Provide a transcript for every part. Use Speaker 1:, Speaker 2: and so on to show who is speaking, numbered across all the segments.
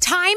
Speaker 1: Time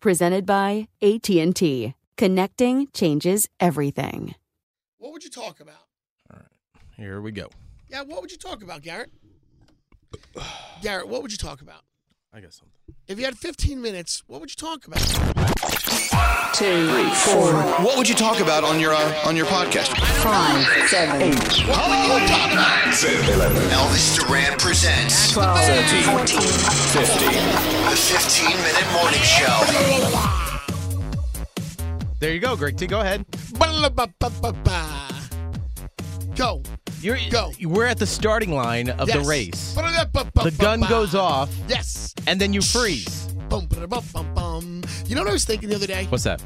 Speaker 2: presented by AT&T. Connecting changes everything.
Speaker 3: What would you talk about?
Speaker 4: Here we go.
Speaker 3: Yeah, what would you talk about, Garrett? Garrett, what would you talk about?
Speaker 4: I got something.
Speaker 3: If you had 15 minutes, what would you talk about?
Speaker 5: two, three, four,
Speaker 6: What would you talk about on your uh, on your podcast?
Speaker 5: five, seven, eight,
Speaker 6: What would you talk about? Elvis Duran presents
Speaker 5: 12, 14,
Speaker 6: the 15 minute morning show.
Speaker 4: There you go, Greg T. Go ahead.
Speaker 3: Ba-la-ba-ba-ba-ba. Go.
Speaker 4: You're,
Speaker 3: Go.
Speaker 4: We're at the starting line of
Speaker 3: yes.
Speaker 4: the race.
Speaker 3: Ba-da-ba-ba-ba-ba.
Speaker 4: The gun goes off,
Speaker 3: Yes.
Speaker 4: and then you freeze.
Speaker 3: Bum, ba-da-bum, bum, bum. You know what I was thinking the other day?
Speaker 4: What's that?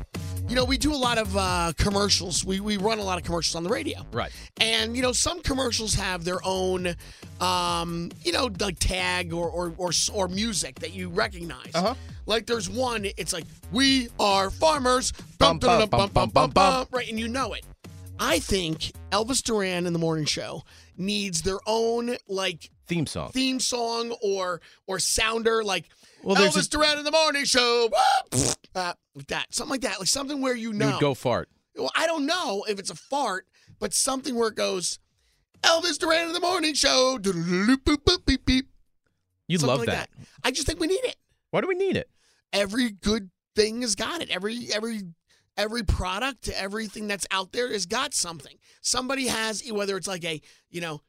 Speaker 3: You know, we do a lot of uh, commercials. We, we run a lot of commercials on the radio.
Speaker 4: Right.
Speaker 3: And you know, some commercials have their own, um, you know, like tag or or or, or music that you recognize.
Speaker 4: Uh-huh.
Speaker 3: Like there's one, it's like "We are farmers,"
Speaker 4: Bum,
Speaker 3: bump, bum,
Speaker 4: bum,
Speaker 3: bum,
Speaker 4: bum,
Speaker 3: bum,
Speaker 4: bum, bum,
Speaker 3: bum,
Speaker 4: bum.
Speaker 3: right, and you know it. I think Elvis Duran in the morning show needs their own like
Speaker 4: Theme song.
Speaker 3: theme song or or sounder like
Speaker 4: Well, there's
Speaker 3: Elvis
Speaker 4: a-
Speaker 3: Duran in the morning show, uh, like that, something like that, like something where you know
Speaker 4: You would go fart.
Speaker 3: well, I don't know if it's a fart, but something where it goes, Elvis Duran in the morning show. You
Speaker 4: You love that.
Speaker 3: I just think we need it.
Speaker 4: Why do we need it?
Speaker 3: Every good thing has got it. Every every every product, everything that's out there has got something. Somebody has whether it's like a you know,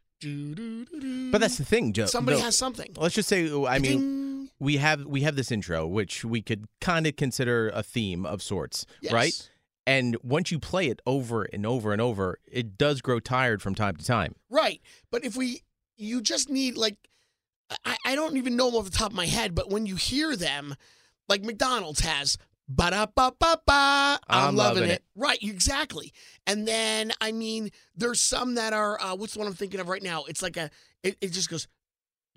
Speaker 4: But that's the thing, Joe.
Speaker 3: somebody
Speaker 4: no.
Speaker 3: has something.
Speaker 4: Let's just say, I mean,
Speaker 3: Ding.
Speaker 4: we have we have this intro, which we could kind of consider a theme of sorts,
Speaker 3: Yes.
Speaker 4: right? And once you play it over and over and over, it does grow tired from time to time.
Speaker 3: Right. But if we, you just need like, I, I don't even know them off the top of my head, but when you hear them, like McDonald's has. Ba da ba ba ba.
Speaker 4: I'm loving it.
Speaker 3: Right, exactly. And then I mean, there's some that are uh, what's the one I'm thinking of right now? It's like a it, it just goes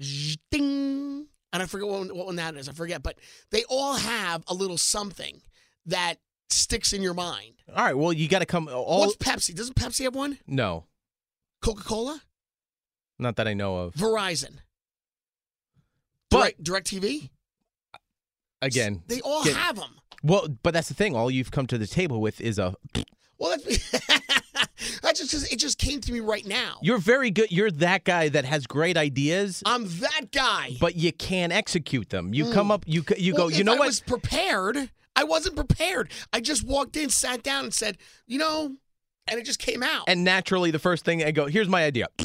Speaker 3: zzz, ding, and I forget what one, what one that is. I forget, but they all have a little something that sticks in your mind.
Speaker 4: All right. Well, you got to come. All
Speaker 3: What's Pepsi? Doesn't Pepsi have one?
Speaker 4: no,
Speaker 3: Coca Cola,
Speaker 4: not that I know of.
Speaker 3: Verizon,
Speaker 4: But
Speaker 3: Direct TV.
Speaker 4: again,
Speaker 3: They all
Speaker 4: get-
Speaker 3: have them.
Speaker 4: Well, but that's the thing. All you've come to the table with is a.
Speaker 3: Well, that's, that's just 'cause it just came to me right now.
Speaker 4: You're very good. You're that guy that has great ideas,
Speaker 3: I'm that guy. Hmm.
Speaker 4: but you can't execute them. You come up. You c- you
Speaker 3: Well,
Speaker 4: go.
Speaker 3: if
Speaker 4: You know
Speaker 3: I
Speaker 4: what?
Speaker 3: was prepared. I wasn't prepared. I just walked in, sat down, and said, you know, and it just came out.
Speaker 4: and naturally, the first thing I go, here's my idea.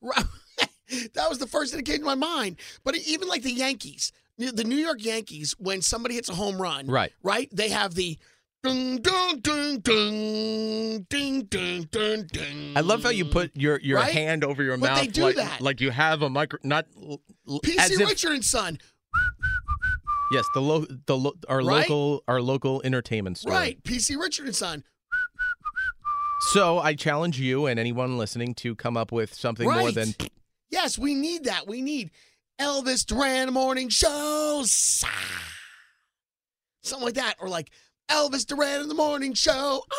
Speaker 3: that was the first thing that came to my mind. But even like the Yankees, the New York Yankees, when somebody hits a home run,
Speaker 4: Right.
Speaker 3: right, they have the. Ding, ding, ding, ding, ding, ding, ding, ding.
Speaker 4: I love how you put your your
Speaker 3: Right?
Speaker 4: hand over your
Speaker 3: But
Speaker 4: mouth.
Speaker 3: they do
Speaker 4: like,
Speaker 3: that.
Speaker 4: like you have a micro. Not l- l- as
Speaker 3: PC
Speaker 4: if
Speaker 3: Richard and Son,
Speaker 4: yes, the lo, the lo, our
Speaker 3: Right?
Speaker 4: local our local entertainment store.
Speaker 3: right? PC Richard and Son,
Speaker 4: So I challenge you and anyone listening to come up with something more
Speaker 3: Right.
Speaker 4: than
Speaker 3: Yes, we need that. We need Elvis Duran morning show. Sah. Something like that. Or like Elvis Duran in the morning show. Ah.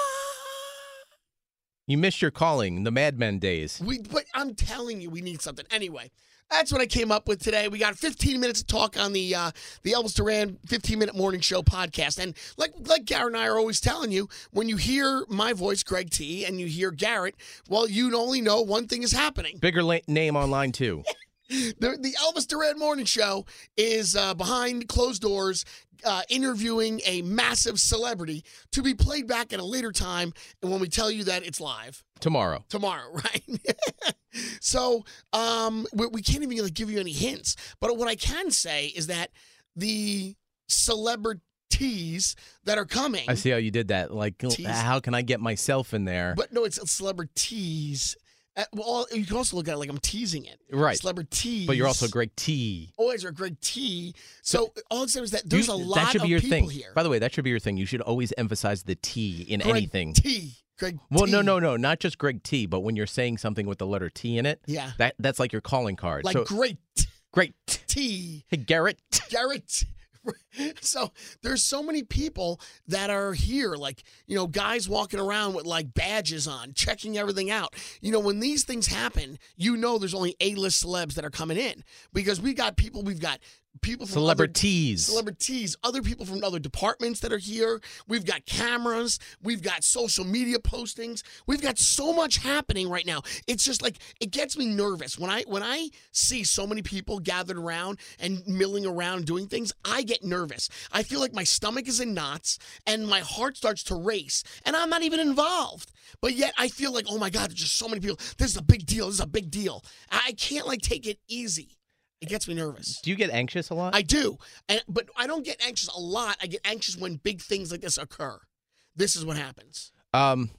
Speaker 4: you missed your calling. The Mad Men days.
Speaker 3: We but I'm telling you, we need something. Anyway, that's what I came up with today. We got 15 minutes of talk on the uh, the Elvis Duran 15 minute morning show podcast. And like like Garrett and I are always telling you, when you hear my voice, Greg T, and you hear Garrett, well, you only know one thing is happening.
Speaker 4: Bigger la- name online too.
Speaker 3: The, the Elvis Duran Morning Show is uh, behind closed doors uh, interviewing a massive celebrity to be played back at a later time. And when we tell you that it's live
Speaker 4: Tomorrow.
Speaker 3: tomorrow, right? so um, we, we can't even like, give you any hints. But what I can say is that the celebrities that are coming,
Speaker 4: I see how you did that. Like,
Speaker 3: Tease.
Speaker 4: how can I get myself in there?
Speaker 3: but no, it's celebrities. Uh, well, you can also look at it like I'm teasing it.
Speaker 4: Right.
Speaker 3: Celebrities.
Speaker 4: But you're also Greg T.
Speaker 3: always or Greg T. So all I'm saying is that
Speaker 4: You
Speaker 3: there's
Speaker 4: sh-
Speaker 3: a lot
Speaker 4: that should
Speaker 3: of
Speaker 4: be your
Speaker 3: people
Speaker 4: thing.
Speaker 3: here.
Speaker 4: By the way, that should be your thing. You should always emphasize the T in
Speaker 3: Greg
Speaker 4: anything.
Speaker 3: T. Greg
Speaker 4: Well,
Speaker 3: T.
Speaker 4: no, no, no, not just Greg T, but when you're saying something with the letter T in it,
Speaker 3: Yeah.
Speaker 4: that that's like your calling card.
Speaker 3: Like
Speaker 4: so,
Speaker 3: great
Speaker 4: Greg
Speaker 3: T.
Speaker 4: T. Garrett.
Speaker 3: Garrett. So there's so many people that are here, like you know, guys walking around with like badges on, checking everything out. You know, when these things happen, you know there's only A-list celebs that are coming in because we got people, we've got people from other-
Speaker 4: Celebrities.
Speaker 3: celebrities, other people from other departments that are here. We've got cameras, we've got social media postings. We've got so much happening right now. It's just like it gets me nervous when I when I see so many people gathered around and milling around and doing things, I get nervous. I feel like my stomach is in knots and my heart starts to race and I'm not even involved. But yet I feel like, "Oh my god, there's just so many people. This is a big deal. This is a big deal." I can't like take it easy. It gets me nervous.
Speaker 4: Do you get anxious a lot?
Speaker 3: I do, and but I don't get anxious a lot. I get anxious when big things like this occur. This is what happens.
Speaker 4: um,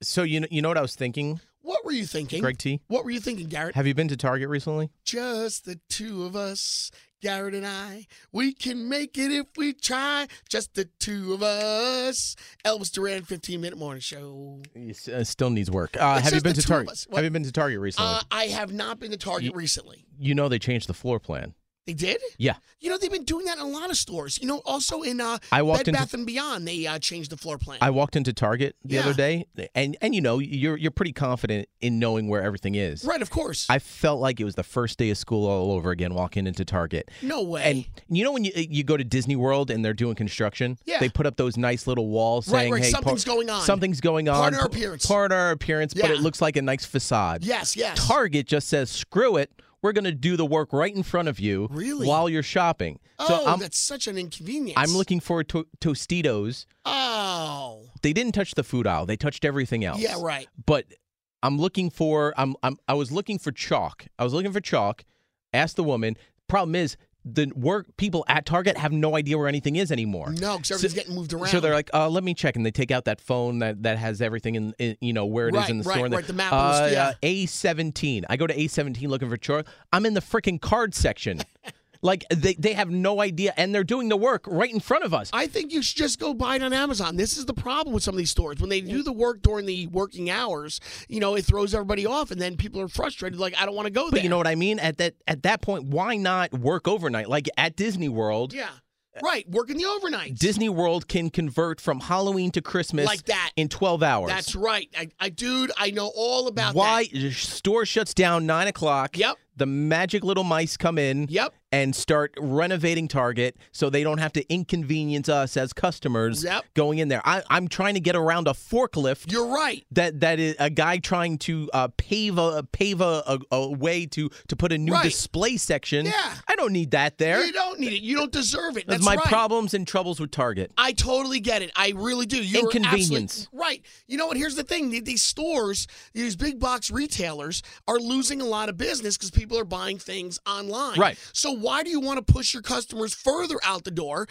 Speaker 4: so you know, you know what I was thinking,
Speaker 3: What were you thinking,
Speaker 4: Greg T.
Speaker 3: What were you thinking, Garrett?
Speaker 4: Have you been to Target recently?
Speaker 3: Just the two of us, Garrett and I. We can make it if we try. Just the two of us. Elvis Duran, fifteen minute morning show.
Speaker 4: It uh, still needs work. Uh,
Speaker 3: It's
Speaker 4: have you
Speaker 3: just
Speaker 4: been
Speaker 3: the
Speaker 4: to
Speaker 3: two of
Speaker 4: Target?
Speaker 3: us. What?
Speaker 4: Have you been to Target recently?
Speaker 3: Uh, I have not been to Target recently.
Speaker 4: you know they changed the floor plan.
Speaker 3: They did.
Speaker 4: Yeah.
Speaker 3: You know they've been doing that in a lot of stores. You know, also in uh,
Speaker 4: I walked
Speaker 3: Bed
Speaker 4: into-
Speaker 3: Bath and Beyond, they uh, changed the floor plan.
Speaker 4: I walked into Target the
Speaker 3: Yeah.
Speaker 4: other day, and and you know you're you're pretty confident in knowing where everything is.
Speaker 3: right, of course.
Speaker 4: I felt like it was the first day of school all over again, walking into Target.
Speaker 3: no way.
Speaker 4: And you know when you you go to Disney World and they're doing construction,
Speaker 3: Yeah.
Speaker 4: they put up those nice little walls
Speaker 3: Right,
Speaker 4: saying,
Speaker 3: right,
Speaker 4: "Hey,
Speaker 3: something's going on.
Speaker 4: Something's going on.
Speaker 3: Part of our
Speaker 4: p-
Speaker 3: appearance."
Speaker 4: Part of our appearance, but it
Speaker 3: Yeah.
Speaker 4: looks like a nice facade."
Speaker 3: Yes, yes.
Speaker 4: Target just says, "Screw it, we're going to do the work right in front of you
Speaker 3: Really?
Speaker 4: while you're shopping."
Speaker 3: oh,
Speaker 4: so I'm
Speaker 3: that's such an inconvenience.
Speaker 4: I'm looking for to- Tostitos.
Speaker 3: Oh,
Speaker 4: They didn't touch the food aisle; they touched everything else.
Speaker 3: yeah, right.
Speaker 4: But I'm looking for I'm I'm I was looking for chalk. I was looking for chalk. Asked the woman. Problem is the work people at Target have no idea where anything is anymore.
Speaker 3: No, because everything's getting moved around.
Speaker 4: So they're like, uh, let me check, and they take out that phone that, that has everything in, in you know where it is
Speaker 3: Right,
Speaker 4: in the
Speaker 3: right,
Speaker 4: store. and uh,
Speaker 3: right,
Speaker 4: they-
Speaker 3: the map and the- yeah.
Speaker 4: A seventeen. I go to A seventeen looking for chores. I'm in the freaking card section. Like they, they have no idea, and they're doing the work right in front of us.
Speaker 3: I think you should just go buy it on Amazon. This is the problem with some of these stores. When they do the work during the working hours, you know, it throws everybody off, and then people are frustrated. Like, I don't want to go there.
Speaker 4: But you know what I mean? At that at that point, why not work overnight? Like at Disney World,
Speaker 3: Yeah. Right. Working the overnight.
Speaker 4: Disney World can convert from Halloween to Christmas
Speaker 3: Like that.
Speaker 4: in 12 hours.
Speaker 3: That's right. I, I, dude, I know all about
Speaker 4: why
Speaker 3: that.
Speaker 4: the store shuts down nine o'clock.
Speaker 3: Yep.
Speaker 4: The magic little mice come in.
Speaker 3: Yep.
Speaker 4: And start renovating Target so they don't have to inconvenience us as customers
Speaker 3: Yep.
Speaker 4: going in there. I, I'm trying to get around a forklift.
Speaker 3: You're right.
Speaker 4: that that is a guy trying to uh, pave a pave a, a, a way to to put a new
Speaker 3: Right.
Speaker 4: display section.
Speaker 3: Yeah.
Speaker 4: I don't need that there.
Speaker 3: You don't need it. You don't deserve it.
Speaker 4: That's
Speaker 3: That's
Speaker 4: my
Speaker 3: right.
Speaker 4: problems and troubles with Target.
Speaker 3: I totally get it. I really do. You're
Speaker 4: Inconvenience.
Speaker 3: absolutely Right. You know what? Here's the thing. The- These stores, these big box retailers, are losing a lot of business because people are buying things online.
Speaker 4: Right.
Speaker 3: So why do you want to push your customers further out the door?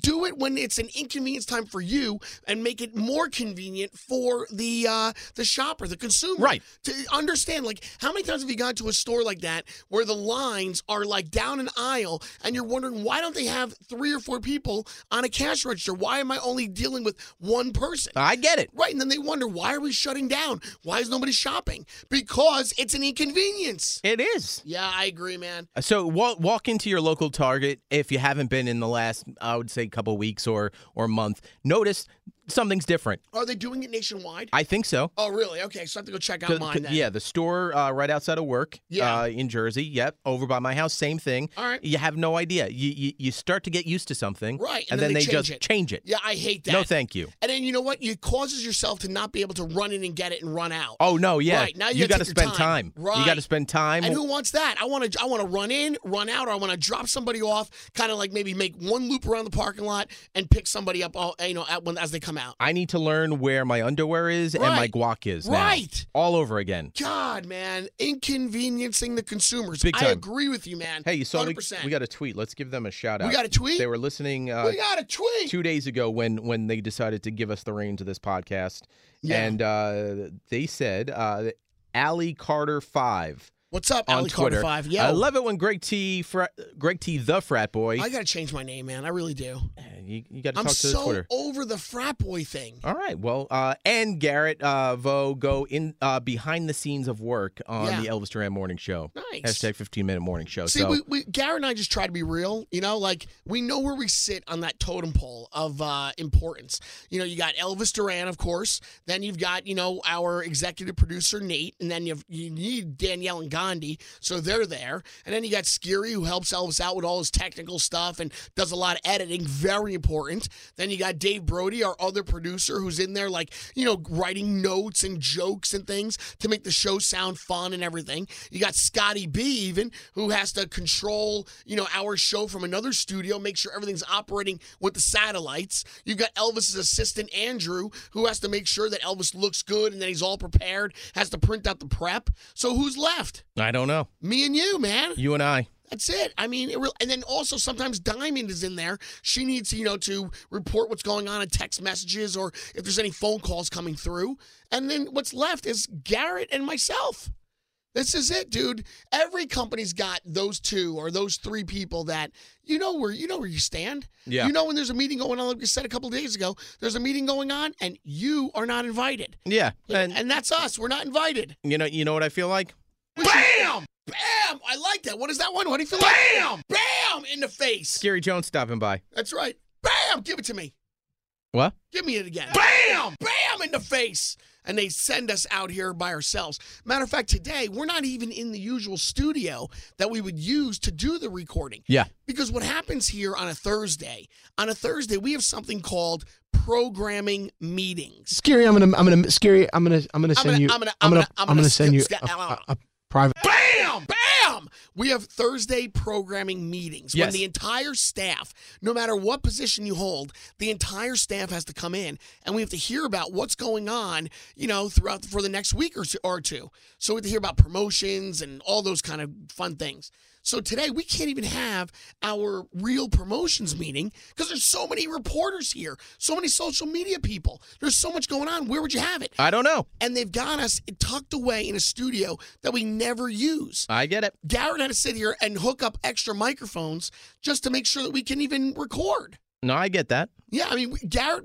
Speaker 3: Do it when it's an inconvenience time for you, and make it more convenient for the uh, the shopper, the consumer.
Speaker 4: Right.
Speaker 3: To understand, like, how many times have you gone to a store like that where the lines are like down an aisle, and you're wondering why don't they have three or four people on a cash register? Why am I only dealing with one person?
Speaker 4: I get it.
Speaker 3: Right, and then they wonder why are we shutting down? Why is nobody shopping? Because it's an inconvenience.
Speaker 4: It is.
Speaker 3: Yeah, I agree, man.
Speaker 4: So walk walk into your local Target if you haven't been in the last I would say couple weeks or or month. Notice something's different.
Speaker 3: Are they doing it nationwide?
Speaker 4: I think so.
Speaker 3: oh, really? Okay, so I have to go check out
Speaker 4: 'Cause-
Speaker 3: mine
Speaker 4: 'cause-
Speaker 3: then.
Speaker 4: yeah, the store uh, right outside of work
Speaker 3: Yeah.
Speaker 4: uh, in Jersey. Yep, over by my house, same thing.
Speaker 3: All right.
Speaker 4: You have no idea. You you, you start to get used to something,
Speaker 3: Right,
Speaker 4: And, then, they,
Speaker 3: change
Speaker 4: just
Speaker 3: it.
Speaker 4: change it.
Speaker 3: Yeah, I hate that.
Speaker 4: No, thank you.
Speaker 3: And then you know what? It causes yourself to not be able to run in and get it and run out.
Speaker 4: Oh no, yeah.
Speaker 3: Right, now you
Speaker 4: you
Speaker 3: gotta
Speaker 4: gotta
Speaker 3: take your
Speaker 4: spend
Speaker 3: time.
Speaker 4: time. You
Speaker 3: Right.
Speaker 4: got to spend time.
Speaker 3: And who wants that? I want to. I want to run in, run out, or I want to drop somebody off. Kind of like maybe make one loop around the parking lot and pick somebody up. All you know, at when as they come out.
Speaker 4: I need to learn where my underwear is and my
Speaker 3: Right.
Speaker 4: guac is. now.
Speaker 3: Right.
Speaker 4: All over again.
Speaker 3: God, man, inconveniencing the consumers.
Speaker 4: Big
Speaker 3: I
Speaker 4: time.
Speaker 3: agree with you, man.
Speaker 4: Hey, you saw we,
Speaker 3: 100%.
Speaker 4: we got a tweet. Let's give them a shout out.
Speaker 3: We got a tweet?
Speaker 4: They were listening uh,
Speaker 3: we got a tweet.
Speaker 4: two days ago when when they decided to give us the reins of this podcast,
Speaker 3: Yeah.
Speaker 4: and uh, they said uh, Allie Carter five
Speaker 3: What's up,
Speaker 4: on
Speaker 3: Ali
Speaker 4: Twitter.
Speaker 3: Carter Five? Yeah,
Speaker 4: I love it when Greg T. Fra- Greg T. The frat boy.
Speaker 3: I gotta change my name, man. I really do.
Speaker 4: you you got to
Speaker 3: I'm
Speaker 4: talk to the
Speaker 3: so
Speaker 4: Twitter.
Speaker 3: over the frat boy thing.
Speaker 4: All right. Well, uh, and Garrett uh, Vo go in uh, behind the scenes of work on
Speaker 3: Yeah.
Speaker 4: the Elvis Duran Morning Show.
Speaker 3: Nice.
Speaker 4: Hashtag 15 minute morning show.
Speaker 3: See,
Speaker 4: so
Speaker 3: we, we Garrett and I just try to be real. You know, like we know where we sit on that totem pole of uh, importance. You know, you got Elvis Duran, of course. Then you've got you know our executive producer Nate, and then you've, you need Danielle and Gandhi, so they're there. And then you got Skiri, who helps Elvis out with all his technical stuff and does a lot of editing, very important. Then you got Dave Brody, our other producer, who's in there like you know writing notes and jokes and things to make the show sound fun and everything. You got Scotty B even who has to control, you know, our show from another studio, make sure everything's operating with the satellites. You've got Elvis's assistant Andrew who has to make sure that Elvis looks good and that he's all prepared, has to print out the prep. So who's left?
Speaker 4: I don't know.
Speaker 3: Me and you, man.
Speaker 4: You and I.
Speaker 3: That's it. I mean, it re- and then also sometimes Diamond is in there. She needs, you know, to report what's going on in text messages or if there's any phone calls coming through. And then what's left is Garrett and myself. This is it, dude. Every company's got those two or those three people that you know where you know where you stand.
Speaker 4: Yeah.
Speaker 3: You know when there's a meeting going on, like we said a couple of days ago, there's a meeting going on and you are not invited.
Speaker 4: Yeah.
Speaker 3: And,
Speaker 4: And,
Speaker 3: and that's us. We're not invited.
Speaker 4: you know you know what I feel like?
Speaker 3: Bam! Bam! I like that. What is that one? What do you feel like? Bam! Bam! In the face.
Speaker 4: Gary Jones stopping by.
Speaker 3: That's right. Bam! Give it to me.
Speaker 4: What?
Speaker 3: Give me it again. Bam! Bam! In the face. And they send us out here by ourselves. Matter of fact, today we're not even in the usual studio that we would use to do the recording.
Speaker 4: Yeah.
Speaker 3: Because what happens here on a Thursday, on a Thursday, we have something called programming meetings.
Speaker 7: Scary, I'm gonna, I'm gonna, scary, I'm gonna, I'm gonna
Speaker 3: I'm
Speaker 7: send
Speaker 3: gonna-
Speaker 7: you,
Speaker 3: I'm gonna- I'm
Speaker 7: I'm gonna,
Speaker 3: gonna- I'm
Speaker 7: I'm
Speaker 3: gonna
Speaker 7: gonna send you
Speaker 3: skip-
Speaker 7: a,
Speaker 3: skip-
Speaker 7: a- a private.
Speaker 3: Bam! Bam! We have Thursday programming meetings when
Speaker 4: Yes.
Speaker 3: the entire staff, no matter what position you hold, the entire staff has to come in and we have to hear about what's going on, you know, throughout for the next week or two. Or two. So we have to hear about promotions and all those kind of fun things. So today we can't even have our real promotions meeting because there's so many reporters here, so many social media people. There's so much going on. Where would you have it?
Speaker 4: I don't know.
Speaker 3: And they've got us tucked away in a studio that we never use.
Speaker 4: I get it.
Speaker 3: Garrett had to sit here and hook up extra microphones just to make sure that we can even record.
Speaker 4: No, I get that.
Speaker 3: Yeah, I mean, we- Garrett,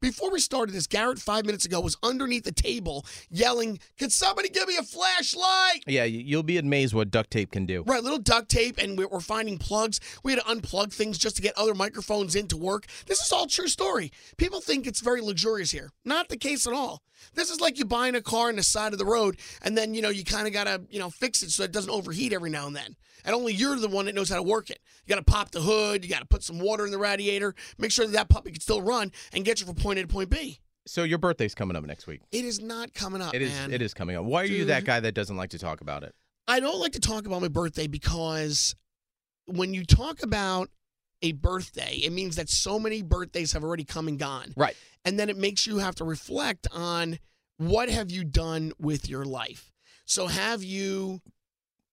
Speaker 3: before we started this, Garrett five minutes ago was underneath the table yelling, Can somebody give me a flashlight?
Speaker 4: Yeah, you- you'll be amazed what duct tape can do.
Speaker 3: Right, little duct tape, and we- we're finding plugs. We had to unplug things just to get other microphones in to work. This is all true story. People think it's very luxurious here. Not the case at all. This is like you buying a car on the side of the road, and then you know you kind of gotta you know fix it so it doesn't overheat every now and then. And only you're the one that knows how to work it. You gotta pop the hood. You gotta put some water in the radiator. Make sure that that puppy can still run and get you from point A to point B.
Speaker 4: So your birthday's coming up next week.
Speaker 3: It is not coming
Speaker 7: Oh,
Speaker 3: up.
Speaker 4: It is.
Speaker 3: man.
Speaker 4: It is coming up. Why are you that
Speaker 3: Dude.
Speaker 4: guy that doesn't like to talk about it?
Speaker 3: I don't like to talk about my birthday because when you talk about a birthday, it means that so many birthdays have already come and gone.
Speaker 4: Right.
Speaker 3: And then it makes you have to reflect on what have you done with your life? So have you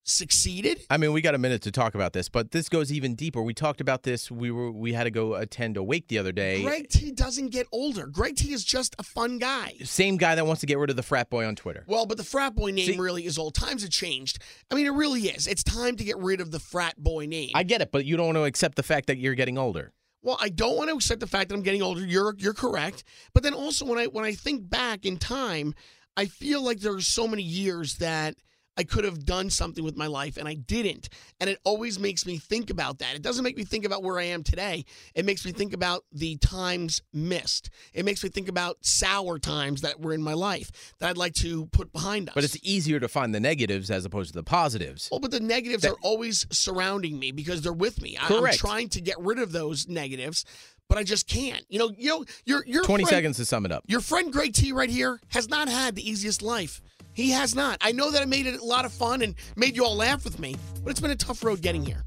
Speaker 3: succeeded?
Speaker 4: I mean, we got a minute to talk about this, but this goes even deeper. We talked about this. We were we had to go attend a wake the other day.
Speaker 3: Greg T doesn't get older. Greg T is just a fun guy.
Speaker 4: Same guy that wants to get rid of the frat boy on Twitter.
Speaker 3: Well, but the frat boy name really is old. Times have changed. I mean, it really is. It's time to get rid of the frat boy name.
Speaker 4: I get it, but you don't want to accept the fact that you're getting older.
Speaker 3: Well, I don't want to accept the fact that I'm getting older. You're you're correct, but then also when I when I think back in time, I feel like there are so many years that I could have done something with my life and I didn't, and it always makes me think about that. It doesn't make me think about where I am today. It makes me think about the times missed. It makes me think about sour times that were in my life that I'd like to put behind us.
Speaker 4: But it's easier to find the negatives as opposed to the positives.
Speaker 3: Well, but the negatives
Speaker 4: That-
Speaker 3: are always surrounding me because they're with me. I, I'm
Speaker 4: Correct.
Speaker 3: trying to get rid of those negatives, but I just can't. You know, you know, your your
Speaker 4: Twenty
Speaker 3: friend,
Speaker 4: seconds to sum it up.
Speaker 3: Your friend Greg T right here has not had the easiest life. He has not. I know that I made it a lot of fun and made you all laugh with me, but it's been a tough road getting here.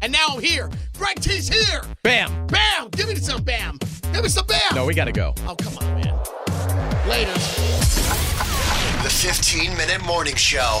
Speaker 3: And now I'm here. Greg T's here.
Speaker 4: Bam.
Speaker 3: Bam. Give me some bam. Give me some bam.
Speaker 4: No, we got to go.
Speaker 3: Oh come on, man. Later.
Speaker 6: The 15 minute morning show.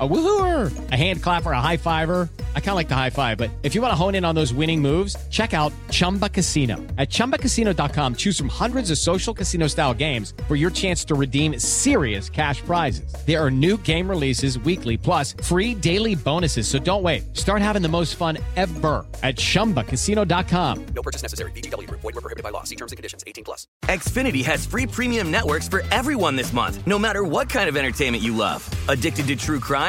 Speaker 8: A woohooer, a hand clapper, a high fiver. I kind of like the high five, but if you want to hone in on those winning moves, check out Chumba Casino. At chumbacasino.com, choose from hundreds of social casino style games for your chance to redeem serious cash prizes. There are new game releases weekly, plus free daily bonuses. So don't wait. Start having the most fun ever at chumbacasino.com.
Speaker 9: No purchase necessary. VGW Group. Void were prohibited by law. See terms and conditions. 18 plus.
Speaker 10: Xfinity has free premium networks for everyone this month, no matter what kind of entertainment you love.
Speaker 4: Addicted to true crime?